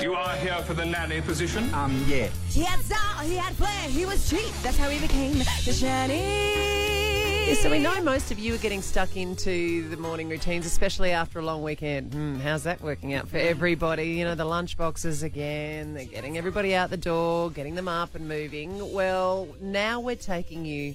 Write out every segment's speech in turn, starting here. You are here for the nanny position? Um, yeah. He had style, he had flair, he was cheap. That's how he became the shiny. Yeah, so we know most of you are getting stuck into the morning routines, especially after a long weekend. Hmm, how's that working out for everybody? You know, the lunch boxes again, they're getting everybody out the door, getting them up and moving. Well, now we're taking you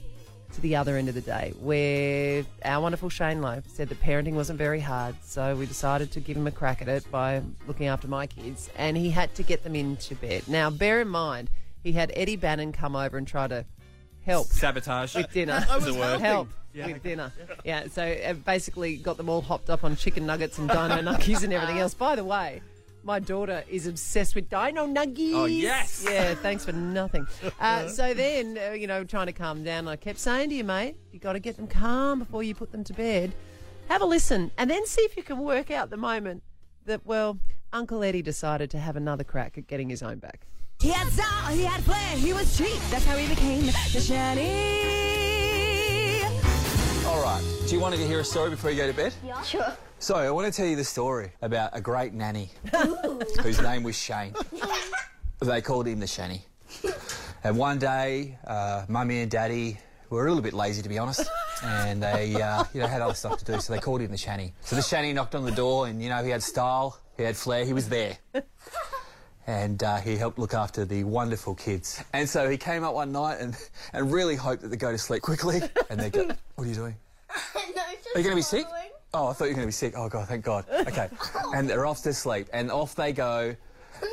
to the other end of the day where our wonderful Shane Lowe said that parenting wasn't very hard, so we decided to give him a crack at it by looking after my kids, and he had to get them into bed. Now, bear in mind, he had Eddie Bannon come over and try to help Sabotage. with dinner. was the word. Help with dinner. Yeah, so uh, basically got them all hopped up on chicken nuggets and dino nuggies and everything else. By the way, my daughter is obsessed with dino nuggies. Oh, yes. Yeah, thanks for nothing. Uh, so then, uh, you know, trying to calm down, I kept saying to you, mate, you got to get them calm before you put them to bed. Have a listen and then see if you can work out the moment that, well, Uncle Eddie decided to have another crack at getting his own back. He had style, he had flair, he was cheap. That's how he became the shiny. All right. Do you want to hear a story before you go to bed? Sure. So, I want to tell you the story about a great nanny whose name was Shane. They called him the Shanny. And one day, uh, mummy and daddy were a little bit lazy, to be honest, and they uh, you know, had other stuff to do, so they called him the Shanny. So the Shanny knocked on the door, and you know, he had style, he had flair, he was there. And uh, he helped look after the wonderful kids. And so he came up one night and, and really hoped that they'd go to sleep quickly. And they go, What are you doing? Are you going to be sick? Oh, I thought you were going to be sick. Oh, God, thank God. Okay. and they're off to sleep, and off they go,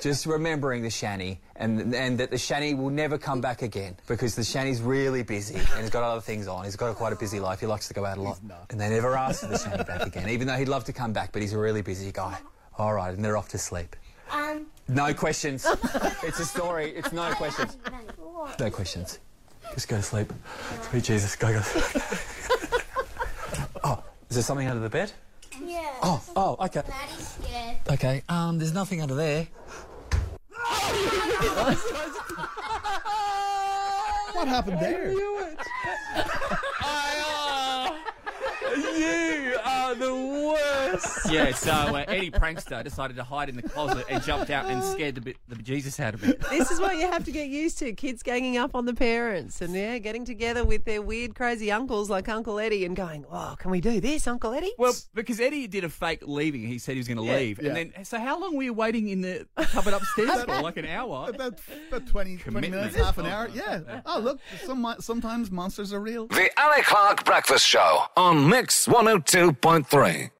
just remembering the shanny, and, and that the shanny will never come back again because the shanny's really busy and he's got other things on. He's got a, quite a busy life. He likes to go out a lot. And they never ask for the shanny back again, even though he'd love to come back, but he's a really busy guy. All right, and they're off to sleep. Um, No questions. it's a story. It's no questions. what? No questions. Just go to sleep. Sweet Jesus, go, go. oh, is there something under the bed? Yeah. Oh, oh, okay. Daddy's scared. Okay, um, there's nothing under there. What happened there? You are the worst. Yeah, so uh, Eddie Prankster decided to hide in the closet and jumped out and scared the, bit, the bejesus out of me. this is what you have to get used to kids ganging up on the parents and yeah getting together with their weird crazy uncles like uncle eddie and going oh can we do this uncle eddie Well, because Eddie did a fake leaving. He said he was going to leave. yeah. And then, so how long were you waiting in the cupboard upstairs for? Like an hour? About, about 20, 20 minutes, Commitment. half an hour. Yeah. Oh, look, some, mon- sometimes monsters are real. The Alec Clark Breakfast Show on Mix 102.3.